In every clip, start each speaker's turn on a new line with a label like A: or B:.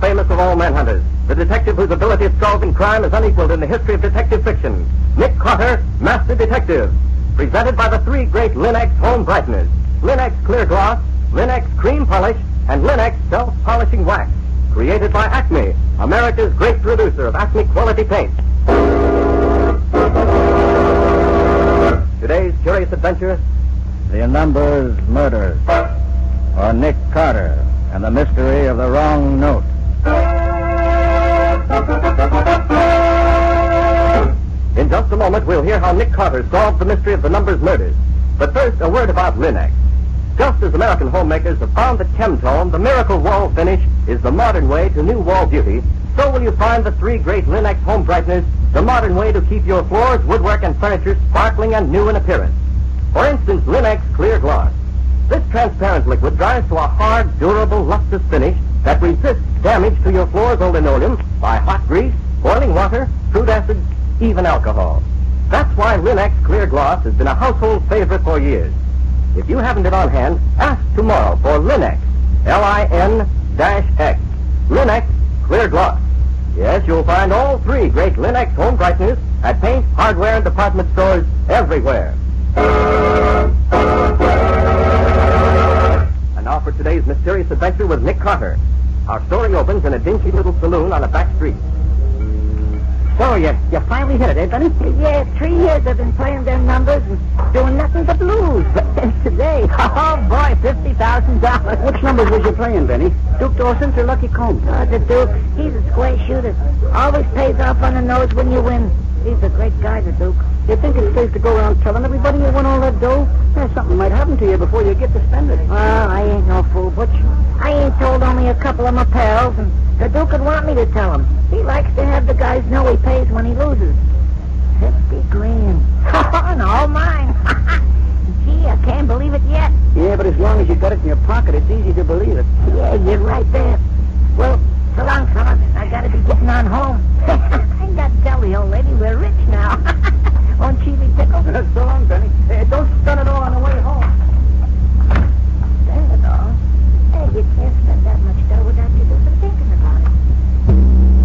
A: Serial Manhunters, the detective whose ability at solving crime is unequaled in the history of detective fiction. Nick Carter, Master Detective. Presented by the three great Linex home brighteners Linex Clear Gloss, Linex Cream Polish, and Linex Self Polishing Wax. Created by Acme, America's great producer of Acme quality paint. Today's curious adventure
B: The numbers murder, or Nick Carter and the mystery of the wrong note.
A: In just a moment, we'll hear how Nick Carter solved the mystery of the numbers murders. But first, a word about Linex. Just as American homemakers have found that Chemtone, the miracle wall finish, is the modern way to new wall beauty, so will you find the three great Linex home brighteners the modern way to keep your floors, woodwork, and furniture sparkling and new in appearance. For instance, Linex Clear Gloss. This transparent liquid dries to a hard, durable, lustrous finish that resists damage to your floors or linoleum by hot grease, boiling water, crude acids, even alcohol. That's why Linex Clear Gloss has been a household favorite for years. If you haven't it on hand, ask tomorrow for Linex, L-I-N dash X. Linex Clear Gloss. Yes, you'll find all three great Linex home brighteners at paint, hardware, and department stores everywhere. And now for today's mysterious adventure with Nick Carter. Our story opens in a dingy little saloon on a back street. So you, you finally hit it, eh, Benny?
C: Yeah, three years I've been playing them numbers and doing nothing but lose. But then today, oh boy, fifty thousand dollars.
B: Which numbers was you playing, Benny?
C: Duke Dawson's or Lucky Combs?
A: Uh,
C: Oh, the Duke. He's a square shooter. Always pays off on the nose when you win. He's a great guy, the Duke.
B: You think it's safe to go around telling everybody you won all that dough? There's something might happen to you before you get to spend it.
C: Well, I ain't no fool, Butch. I ain't told only a couple of my pals, and the Duke would want me to tell him. He likes to have the guys know he pays when he loses. Fifty grand. and all mine. Gee, I can't believe it yet.
B: Yeah, but as long as you got it in your pocket, it's easy to believe it.
C: Yeah, you're right there. Well, so long, fellas. I gotta be getting on home. I ain't got to tell the old lady we're rich now. Won't she be tickled?
B: so long, Benny. don't spend it all on the way home.
C: Spend it all. Hey, you can't spend that much dough without you do some thinking about it.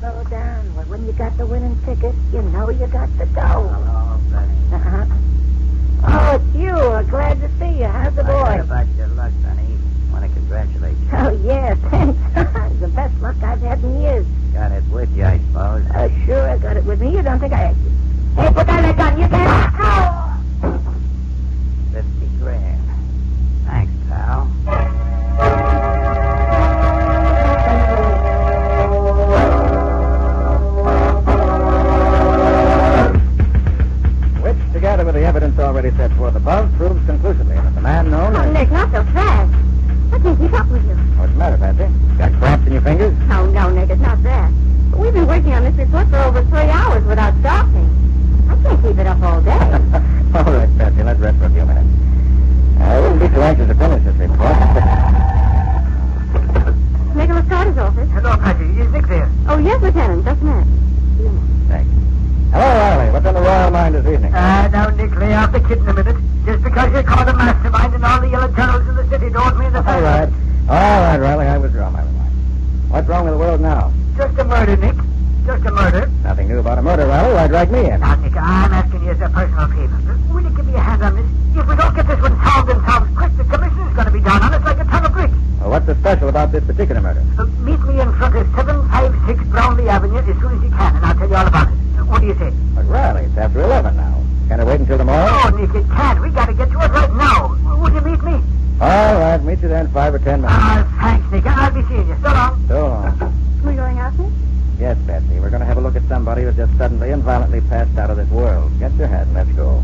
C: Slow down. Well, When you got the winning ticket, you know you got the dough.
B: Hello, Benny.
C: Uh-huh. Oh, it's you. I'm glad to see you. How's the boy?
B: about your luck, Benny. Want to congratulate you.
C: Oh, yeah, thanks. the best luck I've had in years.
B: Got it with you, I suppose.
C: Oh, sure, I got it with me. You don't think I... Hey, put down that gun. You can't... Ow!
B: Fifty grand. Thanks, pal. Which, together with the evidence already set forth above, proves conclusively that the man known
D: Oh,
B: as...
D: Nick, not so fast. I can't keep up with you.
B: What's the matter, Patsy? Got cramps in your fingers?
D: No, no, Nick, it's not that. We've been working on this report for over three hours without stopping. I can't keep it up all day.
B: All right, Patsy, let's rest for a few minutes. I wouldn't be too anxious to finish this report.
D: Nicholas Carter's office.
E: Hello, Patty. Is Nick there?
D: Oh, yes, Lieutenant, just a minute.
B: Thanks. Hello, Riley. What's on the royal mind this evening?
E: Ah, now, Nick, lay off the kid in a minute. Just because you're called a mastermind and all the yellow journals in the city don't mean that
B: All right. All right, Riley. I withdraw my remarks. What's wrong with the world now?
E: Just a murder, Nick. Just a murder.
B: Nothing new about a murder, Riley. Why drag me in?
E: Now, Nick, I'm asking you as a personal favor. Will you give me a hand on this? If we don't get this one solved and solved quick, the commission's going to be down on us like a ton of bricks.
B: Well, what's so special about this particular murder?
E: So meet me in front of 756 Brownlee Avenue as soon as you can, and I'll tell you all about it. What do you say?
B: But, Riley, it's after 11 now. Can I wait until tomorrow?
E: Oh, Nick, it can't. We got to get to it right now. Will you meet me?
B: All right. Meet you then, five or ten minutes.
E: Ah, thanks, Nick. I'll be seeing you. So long.
B: So long.
D: We're going out, Nick?
B: Yes, Patsy. We're going to have a look at somebody who just suddenly and violently passed out of this world. Get your hat and let's go.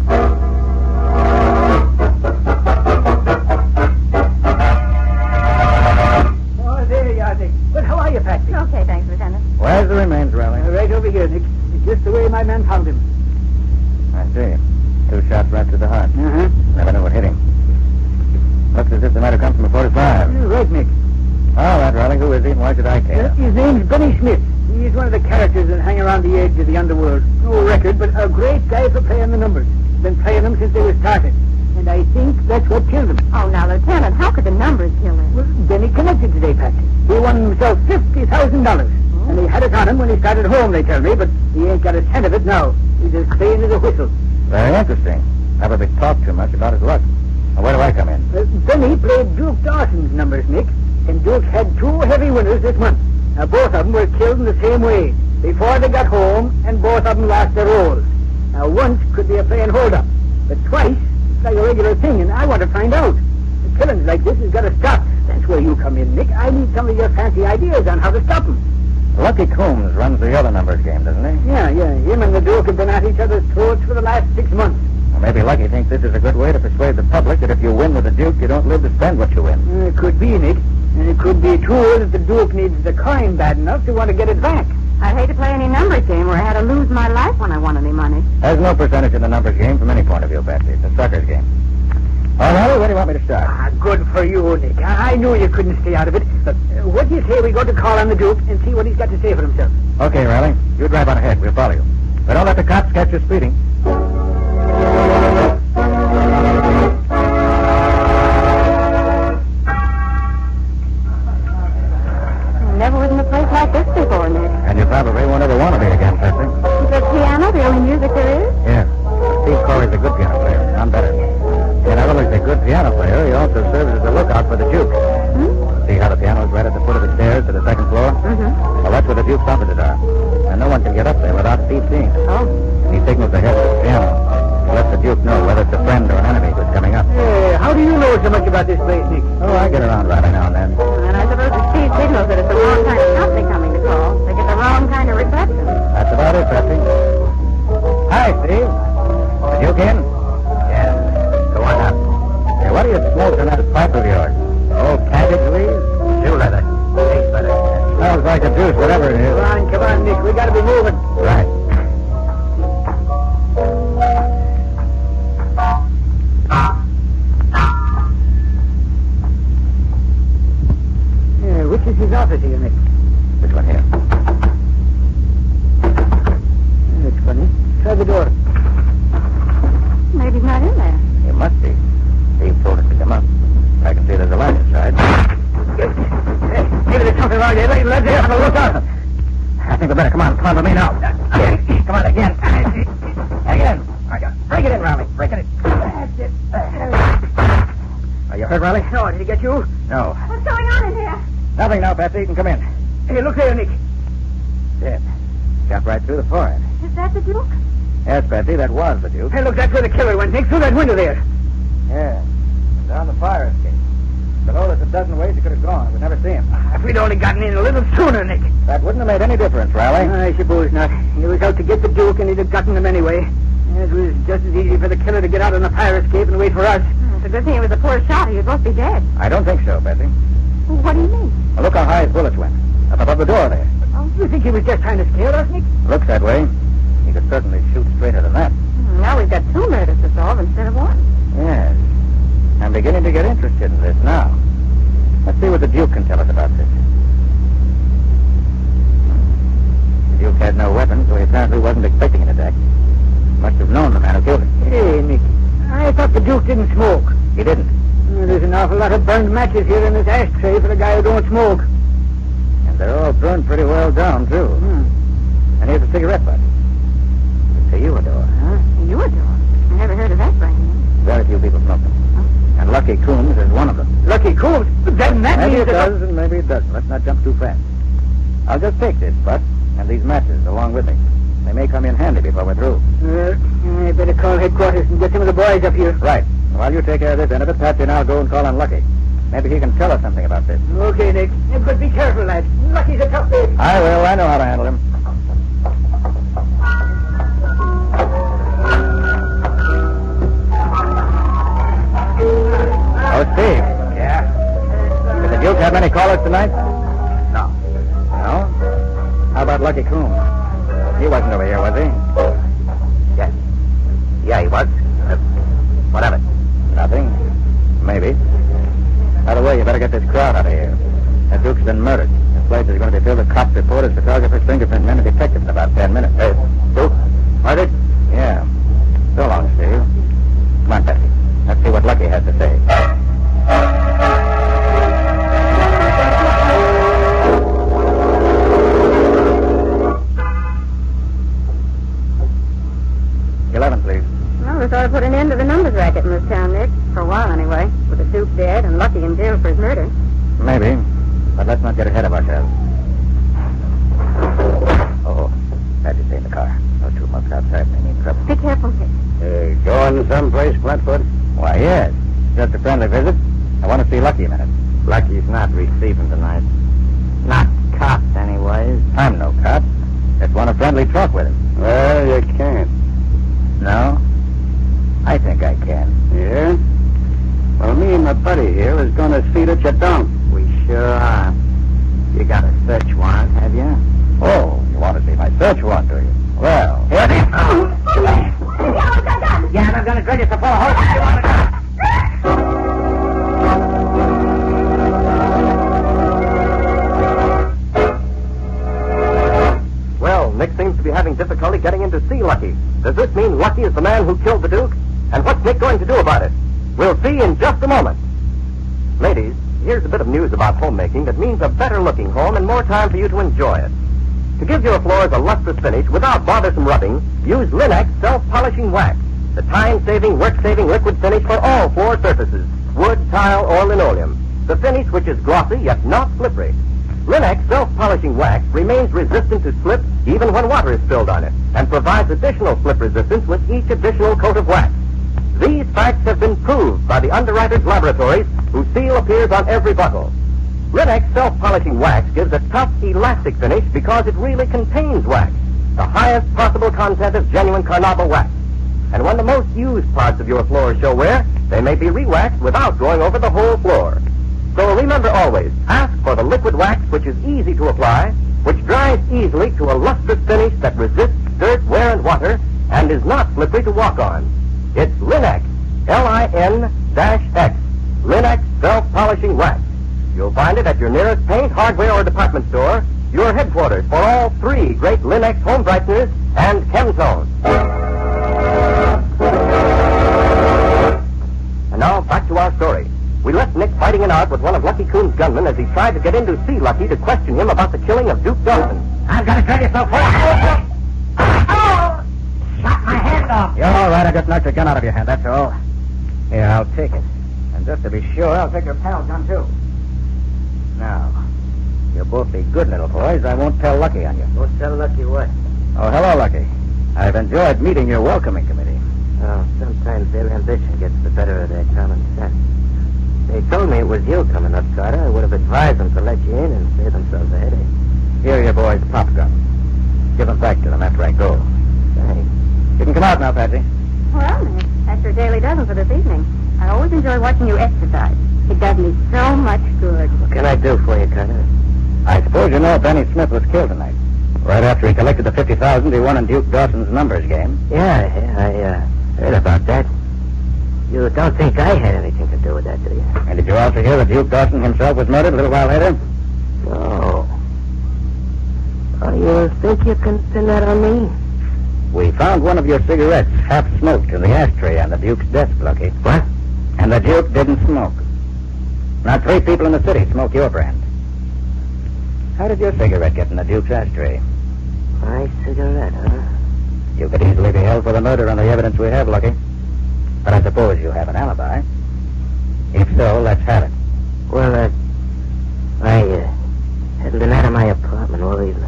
E: Oh, there you are, Nick. Well, how are you, Patsy?
D: Okay, thanks, Lieutenant.
B: Where's the remains, Riley?
E: Uh, Right over here, Nick. Just the way my man found him.
B: I see. Two shots right to the heart.
E: Uh-huh.
A: Mm-hmm.
B: Never knew what hit him. Looks as if the matter comes from a 45.
E: Right, Nick.
B: All right, Riley, who is he and why should I care?
E: His name's Benny Smith. He's one of the characters that hang around the edge of the underworld. No record, but a great guy for playing the numbers. Been playing them since they were started. And I think that's what killed him.
D: Oh, now, Lieutenant, how could the
F: numbers killer.
E: Well, Then he connected today, Pat. He won himself fifty thousand dollars, and he had it on him when he started home. They tell me, but he ain't got a cent of it now. He's as clean as a whistle.
A: Very interesting. Never been talked too much about his luck. Now, where do I come in?
E: Uh, then he played Duke Dawson's numbers, Nick, and Duke had two heavy winners this month. Now, both of them were killed in the same way before they got home, and both of them lost their rolls. Now, once could be a plain hold-up, but twice it's like a regular thing, and I want to find out. The killings like this has got to stop. That's where you come in, Nick. I need some of your fancy ideas on how to stop them.
A: Lucky Coombs runs the other numbers game, doesn't he?
E: Yeah, yeah. Him and the Duke have been at each other's throats for the last six months.
A: Well, maybe Lucky thinks this is a good way to persuade the public that if you win with the Duke, you don't live to spend what you win.
E: Uh, It could be, Nick. And it could be, too, that the Duke needs the coin bad enough to want to get it back.
F: I'd hate to play any numbers game where I had to lose my life when I won any money.
A: There's no percentage in the numbers game from any point of view, Patsy. It's a sucker's game. All right, where do you want me to start?
E: Ah, good for you, Nick. I, I knew you couldn't stay out of it. But uh, what do you say we go to call on the Duke and see what he's got to say for himself?
A: Okay, Riley. You drive on ahead. We'll follow you. But don't let the cops catch you speeding.
F: I never was in a place like this before, Nick.
A: And you probably won't ever want to be again, Patsy.
F: Is that piano the only music there is?
A: Yeah. Steve Corey's a good piano player. I'm better. See, not only is he a good piano player, he also serves as a lookout for the Duke. See how the piano's right at the foot of the stairs to the second floor? Mm-hmm. Well, that's where the Duke's offices are. And no one can get up there without Steve seeing it.
F: Oh,
A: He signals ahead with the piano. He lets the Duke know whether it's a friend or an enemy who's coming up.
E: Hey, how do you know so much about this place, Nick?
A: Oh, I get around Riley now and then.
F: and I suppose if Steve signals that it's the wrong kind of company coming to call, they get the wrong kind of reception.
A: That's about it, Patsy. Hi, Steve. The Duke in? Yeah. Go on up. Hey, what do you smoke in that pipe of yours? Oh, cabbage leaves? Shoe leather. Tastes better. Smells like a juice, whatever it
E: Come
A: is.
E: on, come on, Nick. We gotta be moving.
A: Right.
E: Uh, which is his office here, Nick?
A: This one here.
E: Uh, That's funny. Try the door.
F: Maybe he's not in there.
A: It must be. Steve told us to come up. I can see there's a light inside.
E: Hey, maybe there's something wrong here. Let, let's have a look out.
A: I think we better come on. Come on with me now. Come on again. Again. Break it in, Riley. Break it in. That's it. Are you hurt, Riley?
E: No, did he get you?
A: No.
F: What's going on in here?
A: Nothing now, Patsy. You can come in.
E: Hey, look there, Nick.
A: Dead. Shot right through the forehead.
F: Is that the Duke?
A: Yes, Patsy, that was the Duke.
E: Hey, look, that's where the killer went, Nick. Through that window there.
A: Yeah. Down the fire escape. Below there's a dozen ways he could have gone. We'd never see him.
E: If we'd only gotten in a little sooner, Nick.
A: That wouldn't have made any difference, Riley.
E: I suppose not. He was out to get the Duke, and he'd have gotten him anyway. It was just as easy for the killer to get out on the fire escape and wait for us.
F: Hmm, It's a good thing it was a poor shot. He would both be dead.
A: I don't think so, Patsy.
F: Well, what do you mean?
A: Now look how high his bullets went. Up above the door there.
E: Oh, you think he was just trying to scare us, Nick?
A: Looks that way. He could certainly shoot straighter than that.
F: Hmm, Now we've got two murders to solve instead of one.
A: Yes. I'm beginning to get interested in this now. Let's see what the Duke can tell us about this. The Duke had no weapon, so he apparently wasn't expecting an attack. Must have known the man who killed him.
E: Hey, Nick, I thought the Duke didn't smoke.
A: He didn't.
E: Uh, There's an awful lot of burned matches here in this ashtray for a guy who don't smoke.
A: And they're all burned pretty well down, too.
E: Hmm.
A: And here's a cigarette butt. It's a Eudor, huh?
F: You would do it. I never heard of that brand.
A: Very few people smoke them. And Lucky Coombs is one of them.
E: Lucky Coombs. But then that
A: maybe
E: means
A: it
E: that...
A: does, and maybe it doesn't. Let's not jump too fast. I'll just take this butt and these matches along with me. They may come in handy before we're through.
E: Uh, I better call headquarters and get some of the boys up here.
A: Right. While you take care of this end of it, Patsy and I'll go and call on Lucky. Maybe he can tell us something about this.
E: Okay, Nick. Uh, But be careful, lad. Lucky's a tough baby.
A: I will. I know how to handle him. Oh, Steve. Yeah? Did the Duke have many callers tonight? No. No? How about Lucky Coon? He wasn't over here, was he? Yes. Yeah, he was. Uh, what of it? Nothing. Maybe. By the way, you better get this crowd out of here. That Duke's been murdered. This place is going to be filled with cops, reporters, photographers, fingerprint men, and detectives in about ten minutes. Uh, Duke? Murdered? Yeah. So long, Steve. Come on, Patsy. Let's see what Lucky has to say.
F: Congress ought to put an end to the numbers racket in this town, Nick. For a while, anyway. With the Duke dead and Lucky in jail for his murder.
A: Maybe. But let's not get ahead of ourselves. Oh, glad to stay in the car. No two months outside may mean trouble.
F: Be careful, Nick.
A: Uh, going someplace, Flatfoot? Why, yes. Just a friendly visit. I want to see Lucky a minute. Lucky's not receiving tonight. Not cops, anyways. I'm no cop. Just want a friendly talk with him. Well, you can't. No? I think I can. Yeah? Well, me and my buddy here is going to see that you don't. We sure are. You got a search warrant, have you? Oh, you want to see my search warrant, do you? Well, here it is. Yeah, and I'm going to drill you so full of holes. You want to
G: Well, Nick seems to be having difficulty getting in to see Lucky. Does this mean Lucky is the man who killed the Duke? And what's Nick going to do about it? We'll see in just a moment. Ladies, here's a bit of news about homemaking that means a better looking home and more time for you to enjoy it. To give your floors a lustrous finish without bothersome rubbing, use Linex self-polishing wax, the time-saving, work-saving liquid finish for all floor surfaces, wood, tile, or linoleum. The finish which is glossy yet not slippery. Linex self-polishing wax remains resistant to slip even when water is spilled on it and provides additional slip resistance with each additional coat of wax. These facts have been proved by the underwriters' laboratories whose seal appears on every bottle. Linex self-polishing wax gives a tough, elastic finish because it really contains wax, the highest possible content of genuine carnauba wax. And when the most used parts of your floor show wear, they may be re-waxed without going over the whole floor. So remember always, ask for the liquid wax which is easy to apply, which dries easily to a lustrous finish that resists dirt, wear, and water, and is not slippery to walk on. It's Linex, L-I-N-X, Linex Self-Polishing Wax. You'll find it at your nearest paint, hardware, or department store, your headquarters for all three great Linex home brighteners and Chemtone. And now back to our story. We left Nick fighting it out with one of Lucky Coon's gunmen as he tried to get in to see Lucky to question him about the killing of Duke Johnson.
A: I'm going to drill you so full of holes.
G: Ah!
C: Shot my hand off.
A: You're all right. I just knocked the gun out of your hand, that's all. Here, I'll take it. And just to be sure, I'll take your pal gun, too. Now, you'll both be good little boys. I won't tell Lucky on you.
C: What's that lucky what?
A: Oh, hello, Lucky. I've enjoyed meeting your welcoming committee.
C: Oh, sometimes their ambition gets the better of their common sense. They told me it was you coming up, Carter. I would have advised them to let you in and save themselves a headache.
A: Here are your boys' pop guns. Give them back to them after I go.
C: Thanks.
A: You can come out now, Patsy.
F: Well, Nick, that's your daily dozen for this evening. I always enjoy watching you exercise. It does me so much good.
C: What can I do for you, Carter?
A: I suppose you know Benny Smith was killed tonight. Right after he collected the 50000 he won in Duke Dawson's numbers game.
C: Yeah, yeah, I uh, heard about that. You don't think I had anything to do with that, do you?
A: And did you also hear that Duke Dawson himself was murdered a little while later?
C: No. Oh, you think you can pin that on me?
A: We found one of your cigarettes half smoked in the ashtray on the Duke's desk, Lucky.
C: What?
A: And the Duke didn't smoke. Now three people in the city smoke your brand. How did your cigarette get in the Duke's ashtray?
C: My cigarette, huh?
A: You could easily be held for the murder on the evidence we have, Lucky. But I suppose you have an alibi. If so, let's have it.
C: Well, uh, I uh, had it out of my apartment all evening.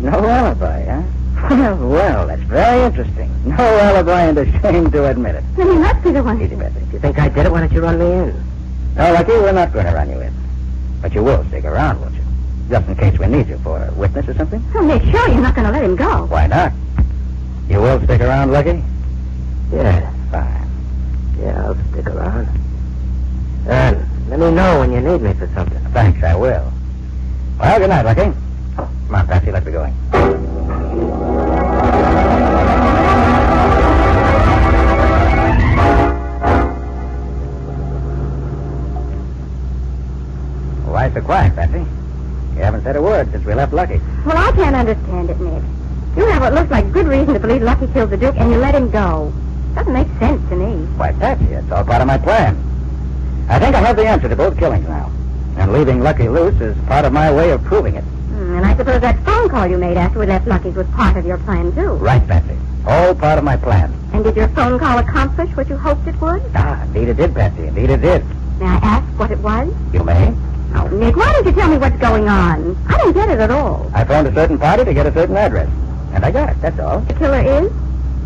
A: No alibi, huh? Well, well, that's very interesting. No alibi and ashamed to admit it.
F: Then you must be the one.
A: Easy, Betsy.
C: If you think I did it, why don't you run me in?
A: No, Lucky, we're not going to run you in. But you will stick around, won't you? Just in case we need you for a witness or something?
F: Oh, Nick, sure you're not going to let him go.
A: Why not? You will stick around, Lucky?
C: Yeah,
A: Fine.
C: yeah, I'll stick around. Uh, let me know when you need me for something.
A: Thanks, I will. Well, good night, Lucky. Come on, Patsy, let's be going. Why so quiet, Patsy? You haven't said a word since we left Lucky.
F: Well, I can't understand it, Nick. You have what looks like good reason to believe Lucky killed the Duke, and you let him go. Doesn't make sense to me.
A: Why, Patsy, it's all part of my plan. I think I have the answer to both killings now. And leaving Lucky loose is part of my way of proving it.
F: Hmm, and I suppose that phone call you made after we left Lucky's was part of your plan, too.
A: Right, Patsy. All part of my plan.
F: And did your phone call accomplish what you hoped it would?
A: Ah, indeed it did, Patsy. Indeed it did.
F: May I ask what it was?
A: You may.
F: Oh, Nick, why don't you tell me what's going on? I don't get it at all.
A: I phoned a certain party to get a certain address. And I got it, that's all.
F: The killer is?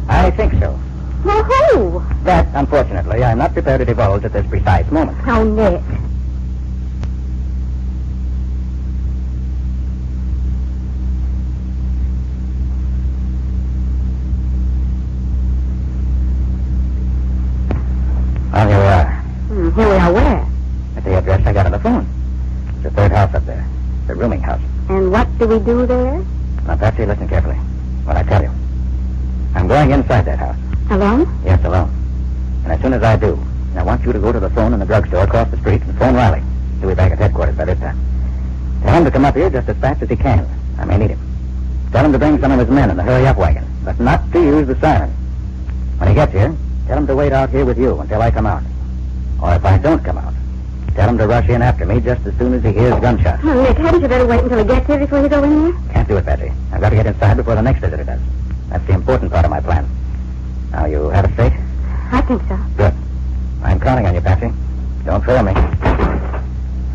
A: I think so.
F: Well, who?
A: That, unfortunately, I'm not prepared to divulge at this precise moment.
F: Oh, Nick.
A: Well, Oh, here we are.
F: Hmm, here we are where?
A: At the address I got on the phone. It's the third house up there. The rooming house.
F: And what do we do there?
A: Now, Patsy, listen carefully. What I tell you. I'm going inside that house.
F: Alone?
A: Yes, alone. And as soon as I do, I want you to go to the phone in the drugstore across the street and phone Riley. He'll be back at headquarters by this time. Tell him to come up here just as fast as he can. I may need him. Tell him to bring some of his men in the hurry-up wagon, but not to use the siren. When he gets here, tell him to wait out here with you until I come out. Or if I don't come out, tell him to rush in after me just as soon as he hears gunshots.
F: Oh, Nick, hadn't you better wait until he gets here before you go in there?
A: Can't do it, Patsy. I've got to get inside before the next visitor does. That's the important part of my plan. Now, you have it straight?
F: I think so.
A: Good. I'm counting on you, Patsy. Don't fail me.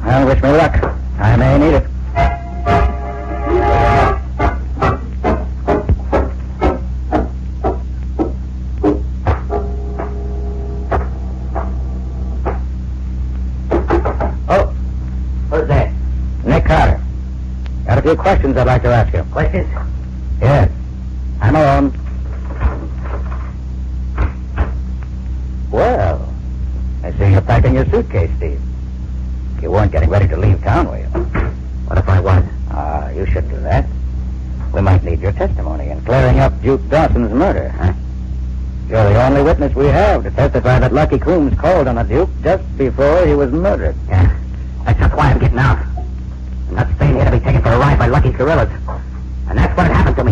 A: Well, wish me luck. I may need it. Oh,
C: Who's that?
A: Nick Carter. Got a few questions I'd like to ask you.
C: Questions?
A: Yes. I'm alone. Well, I see you're packing your suitcase, Steve. You weren't getting ready to leave town, were you?
C: What if I was?
A: Ah, you should do that. We might need your testimony in clearing up Duke Dawson's murder, huh? You're the only witness we have to testify that Lucky Coombs called on the Duke just before he was murdered.
C: Yeah. That's just why I'm getting out. I'm not staying here to be taken for a ride by lucky gorillas. And that's what had happened to me.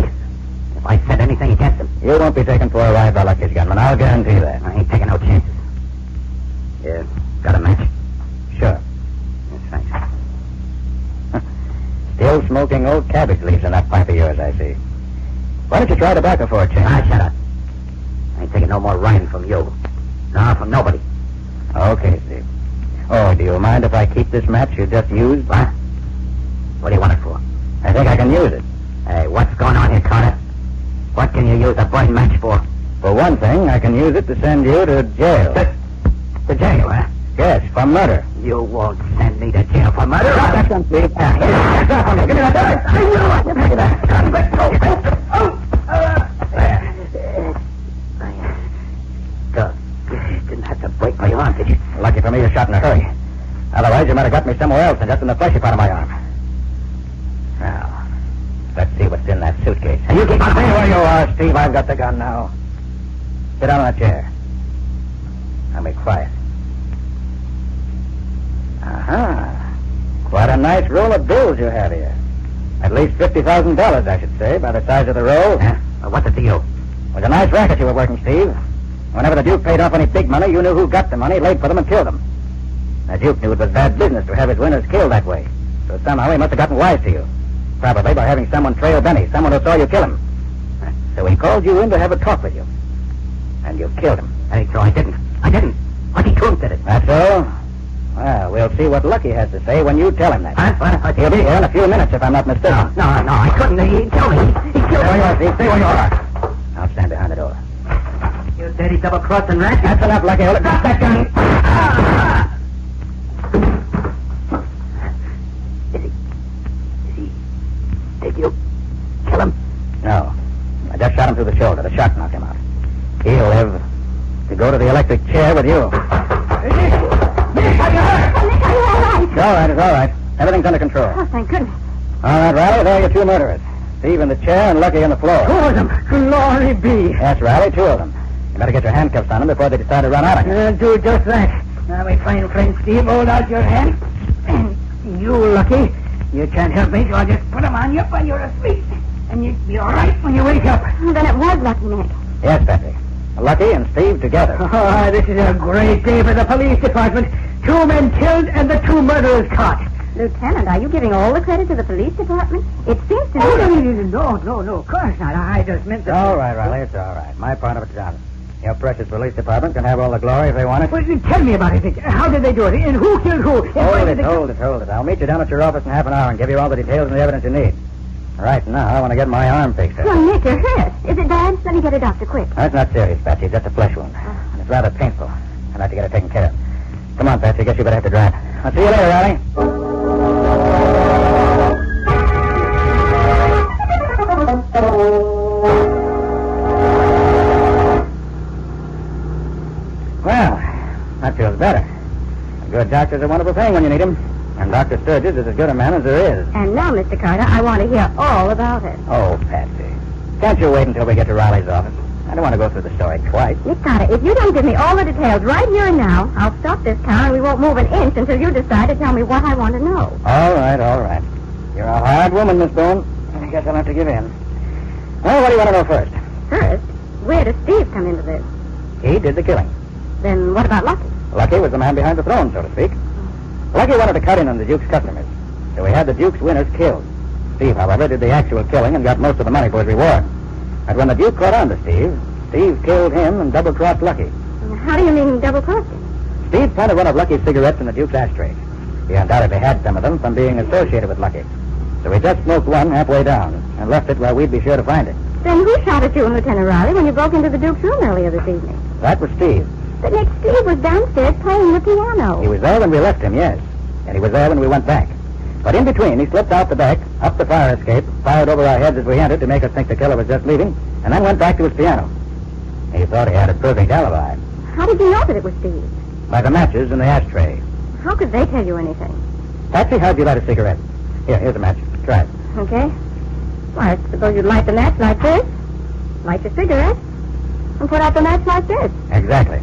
C: If I said anything against them,
A: You won't be taken for a ride by Lucky's gunman. I'll guarantee that.
C: I ain't taking no chances. Yeah. Got a match?
A: Sure.
C: Yes, thanks.
A: Still smoking old cabbage leaves in that pipe of yours, I see. Why don't you try tobacco for a change?
C: Ah, shut up. I ain't taking no more rhyme from you. No, from nobody.
A: Okay, Steve. Oh, do you mind if I keep this match you just used?
C: What? What do you want it for?
A: I think I can use it.
C: Hey, what's going on here, Carter? What can you use a burning match for?
A: For one thing, I can use it to send you to jail.
C: To, to jail, huh?
A: Yes, for murder.
C: You won't send me to jail for murder.
A: Stop that gun, Steve. Ah, here. Drop on me. Give me that gun. I knew I could make it up. Come back, go.
C: Oh!
A: uh,
C: Doug, you didn't have to break my arm, did you?
A: Lucky for me, you shot in a hurry. Otherwise, you might have got me somewhere else and just in the fleshy part of my arm. Now, let's see what's in that suitcase.
C: You keep on-
A: Stay where you are, Steve. I've got the gun now. Sit down on that chair. Now be quiet. Aha. Quite a nice roll of bills you have here. At least $50,000, I should say, by the size of the roll.
C: Huh? Well, what's it to you?
A: It was a nice racket you were working, Steve. Whenever the Duke paid off any big money, you knew who got the money, laid for them, and killed them. The Duke knew it was bad business to have his winners killed that way. So somehow he must have gotten wise to you. Probably by having someone trail Benny, someone who saw you kill him. So he called you in to have a talk with you. And you killed him.
C: Hey, so I didn't. I didn't. Lucky Coon did it.
A: That's all? Well, we'll see what Lucky has to say when you tell him that.
C: Huh? What? What?
A: He'll be here in a few minutes, if I'm not mistaken.
C: No, no, no, I couldn't. He he killed me.
A: Stay
C: He killed
A: where you
C: me.
A: are, Steve. Stay where you are. I'll stand behind the door.
C: You dirty double-crossing rat.
A: That's enough, Lucky. Hold it. Drop that gun.
C: Ah! Is he? Is he? Did you kill him?
A: No. I just shot him through the shoulder. The shot knocked him out. He'll live to go to the electric chair with you.
F: Oh, Nick, are you all right?
A: It's all right, it's all right. Everything's under control. All
F: Oh, thank goodness.
A: right, Riley, there are your two murderers. Steve in the chair and Lucky on the floor.
C: Two of them. Glory be.
A: That's Riley, two of them. You better get your handcuffs on them before they decide to run out again.
C: Uh, do just that. Now, my fine friend Steve, hold out your hand. And you, Lucky, you can't help me, so I'll just put 'em on you while you're asleep. And you'll be all right when you wake up.
F: Well, then it was lucky, Nick.
A: Yes, Patsy. Lucky and Steve together.
C: Oh, this is a great day for the police department. Two men killed and the two murderers caught.
F: Lieutenant, are you giving all the credit to the police department? It seems to me...
C: Oh, no, no, no, no, no, of course not. I just meant that.
A: It's all right, Riley, it's all right. My part of it's done. Your precious police department can have all the glory if they want it.
C: Well, tell me about it. How did they do it? And who killed who? And why
A: Hold
C: did
A: it,
C: they...
A: hold it, hold it. I'll meet you down at your office in half an hour and give you all the details and the evidence you need. Right now, I want to get my arm fixed up.
F: Well, Nick, you're hurt. Is it bad? Let me get a doctor quick.
A: That's not serious, Patsy. It's just a flesh wound. And it's rather painful. I'd like to get it taken care of. Come on, Patsy. I guess you better have to drive. I'll see you later, Riley. Well, that feels better. A good doctor's a wonderful thing when you need him. And Dr. Sturgis is as good a man as there is.
F: And now, Mr. Carter, I want to hear all about it.
A: Oh, Patsy. Can't you wait until we get to Riley's office? I don't want to go through the story twice.
F: Nick Carter, if you don't give me all the details right here and now, I'll stop this town and we won't move an inch until you decide to tell me what I want to know.
A: All right, all right. You're a hard woman, Miss Boone. I guess I'll have to give in. Well, what do you want to know first?
F: First, where does Steve come into this?
A: He did the killing.
F: Then what about Lucky?
A: Lucky was the man behind the throne, so to speak. Lucky wanted to cut in on the Duke's customers, so he had the Duke's winners killed. Steve, however, did the actual killing and got most of the money for his reward. But when the Duke caught on to Steve, Steve killed him and double-crossed Lucky.
F: How do you mean double crossing?
A: Steve planted one of Lucky's cigarettes in the Duke's ashtray. He undoubtedly had some of them from being associated with Lucky. So he just smoked one halfway down and left it where we'd be sure to find it.
F: Then who shot at you and Lieutenant Riley when you broke into the Duke's room earlier this evening?
A: That was Steve.
F: But Nick, Steve was downstairs playing the piano.
A: He was there when we left him, yes. And he was there when we went back. But in between, he slipped out the back, up the fire escape, fired over our heads as we entered to make us think the killer was just leaving, and then went back to his piano. He thought he had a perfect alibi
F: How did you know that it was Steve?
A: by the matches in the ashtray.
F: How could they tell you anything?
A: Patsy, how'd you light a cigarette? Here, here's a match. Try it.
F: Okay. Why, I suppose you'd light the match like this, light your cigarette, and put out the match like this.
A: Exactly.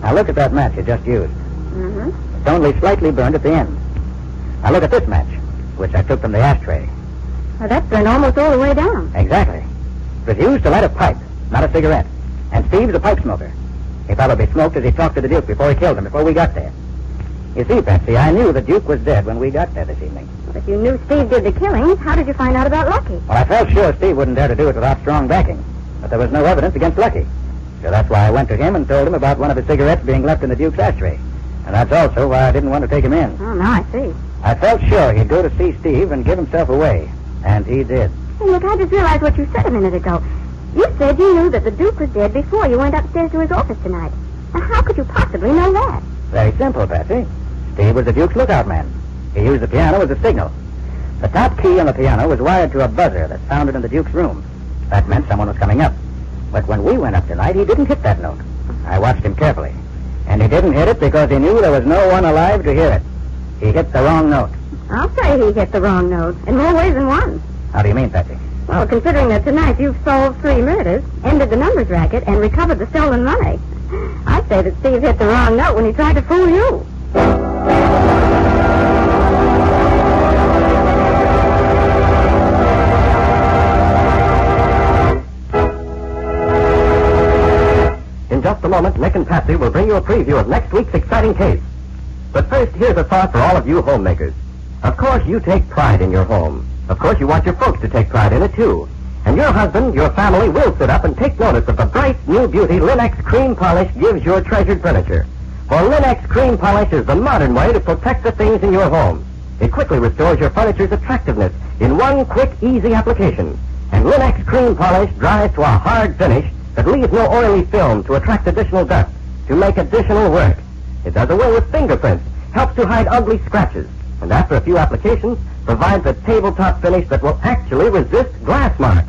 A: Now look at that match you just used.
F: Mm-hmm.
A: It's only slightly burned at the end. Now look at this match, which I took from the ashtray.
F: Well, that's burned almost all the way down.
A: Exactly. It was used to light a pipe, not a cigarette. And Steve's a pipe smoker. He probably smoked as he talked to the Duke before he killed him, before we got there. You see, Patsy, I knew the Duke was dead when we got there this evening.
F: But you knew Steve did the killing. How did you find out about Lucky?
A: Well, I felt sure Steve wouldn't dare to do it without strong backing. But there was no evidence against Lucky. So that's why I went to him and told him about one of his cigarettes being left in the Duke's ashtray. And that's also why I didn't want to take him in.
F: Oh, now I see.
A: I felt sure he'd go to see Steve and give himself away. And he did.
F: Hey, Nick, I just realized what you said a minute ago. You said you knew that the Duke was dead before you went upstairs to his office tonight. Now, how could you possibly know that?
A: Very simple, Patsy. Steve was the Duke's lookout man. He used the piano as a signal. The top key on the piano was wired to a buzzer that sounded in the Duke's room. That meant someone was coming up. But when we went up tonight, he didn't hit that note. I watched him carefully. And he didn't hit it because he knew there was no one alive to hear it. He hit the wrong note.
F: I'll say he hit the wrong note, in more ways than one.
A: How do you mean, Patsy?
F: Well, considering that tonight you've solved three murders, ended the numbers racket, and recovered the stolen money, I say that Steve hit the wrong note when he tried to fool you.
G: In just a moment, Nick and Patsy will bring you a preview of next week's exciting case. But first, here's a thought for all of you homemakers. Of course, you take pride in your home. Of course, you want your folks to take pride in it, too. And your husband, your family will sit up and take notice of the bright new beauty Linex Cream Polish gives your treasured furniture. For Linex Cream Polish is the modern way to protect the things in your home. It quickly restores your furniture's attractiveness in one quick, easy application. And Linex Cream Polish dries to a hard finish that leaves no oily film to attract additional dust, to make additional work. It does away with fingerprints, helps to hide ugly scratches, and after a few applications, provides a tabletop finish that will actually resist glass marks.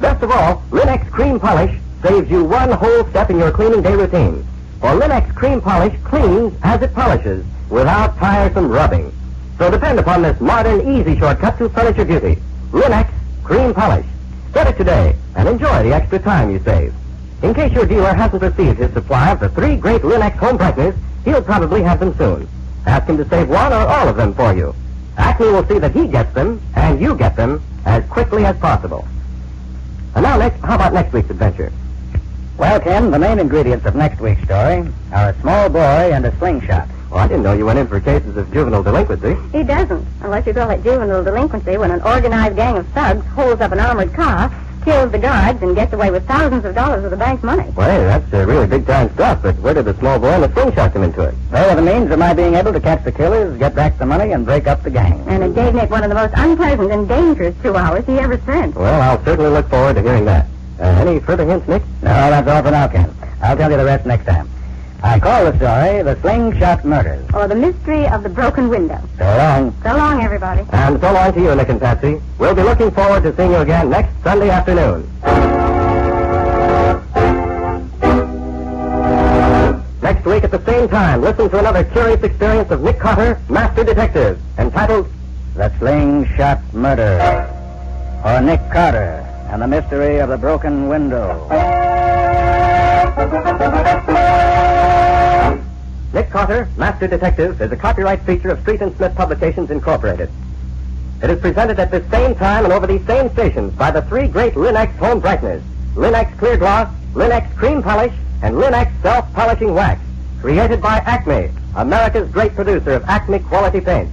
G: Best of all, Linex Cream Polish saves you one whole step in your cleaning day routine. For Linex Cream Polish cleans as it polishes without tiresome rubbing. So depend upon this modern, easy shortcut to furniture beauty. Linex Cream Polish. Get it today and enjoy the extra time you save. In case your dealer hasn't received his supply of the three great Linex home brighteners, he'll probably have them soon. Ask him to save one or all of them for you. Acme will see that he gets them and you get them as quickly as possible. And now, Nick, how about next week's adventure?
A: Well, Ken, the main ingredients of next week's story are a small boy and a slingshot.
G: Well, I didn't know you went in for cases of juvenile delinquency.
F: He doesn't, unless you call it juvenile delinquency when an organized gang of thugs holds up an armored car, killed the guards and gets away with thousands of dollars of the bank's money.
A: Well, that's uh, really big time stuff, but where did the small boy and the slingshot come into it?
H: They were the means of my being able to catch the killers, get back the money, and break up the gang.
F: And it gave Nick one of the most unpleasant and dangerous two hours he ever spent.
A: Well, I'll certainly look forward to hearing that. Uh, any further hints, Nick?
H: No, that's all for now, Ken. I'll tell you the rest next time. I call the story The Slingshot Murders.
F: Or Oh, the mystery of the broken window.
H: So long.
F: So long, everybody.
A: And so long to you, Nick and Patsy. We'll be looking forward to seeing you again next Sunday afternoon. Next week at the same time, listen to another curious experience of Nick Carter, Master Detective, entitled
H: The Slingshot Murder. Or Nick Carter and the Mystery of the Broken Window.
A: Nick Carter, Master Detective, is a copyright feature of Street and Smith Publications, Incorporated. It is presented at this same time and over these same stations by the three great Linex home brighteners Linex Clear Gloss, Linex Cream Polish, and Linex Self Polishing Wax, created by Acme, America's great producer of Acme quality paints.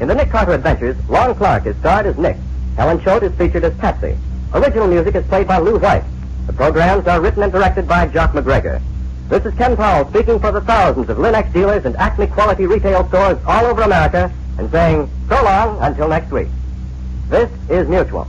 A: In the Nick Carter Adventures, Lon Clark is starred as Nick. Helen Choate is featured as Patsy. Original music is played by Lou White. The programs are written and directed by Jock McGregor. This is Ken Powell speaking for the thousands of Linex dealers and Acme quality retail stores all over America and saying so long until next week. This is Mutual.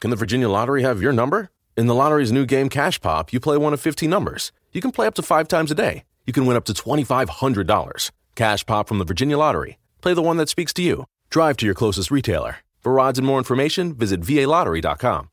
I: Can the Virginia Lottery have your number? In the lottery's new game, Cash Pop, you play one of 15 numbers. You can play up to five times a day. You can win up to $2,500. Cash Pop from the Virginia Lottery. Play the one that speaks to you. Drive to your closest retailer. For odds and more information, visit VALottery.com.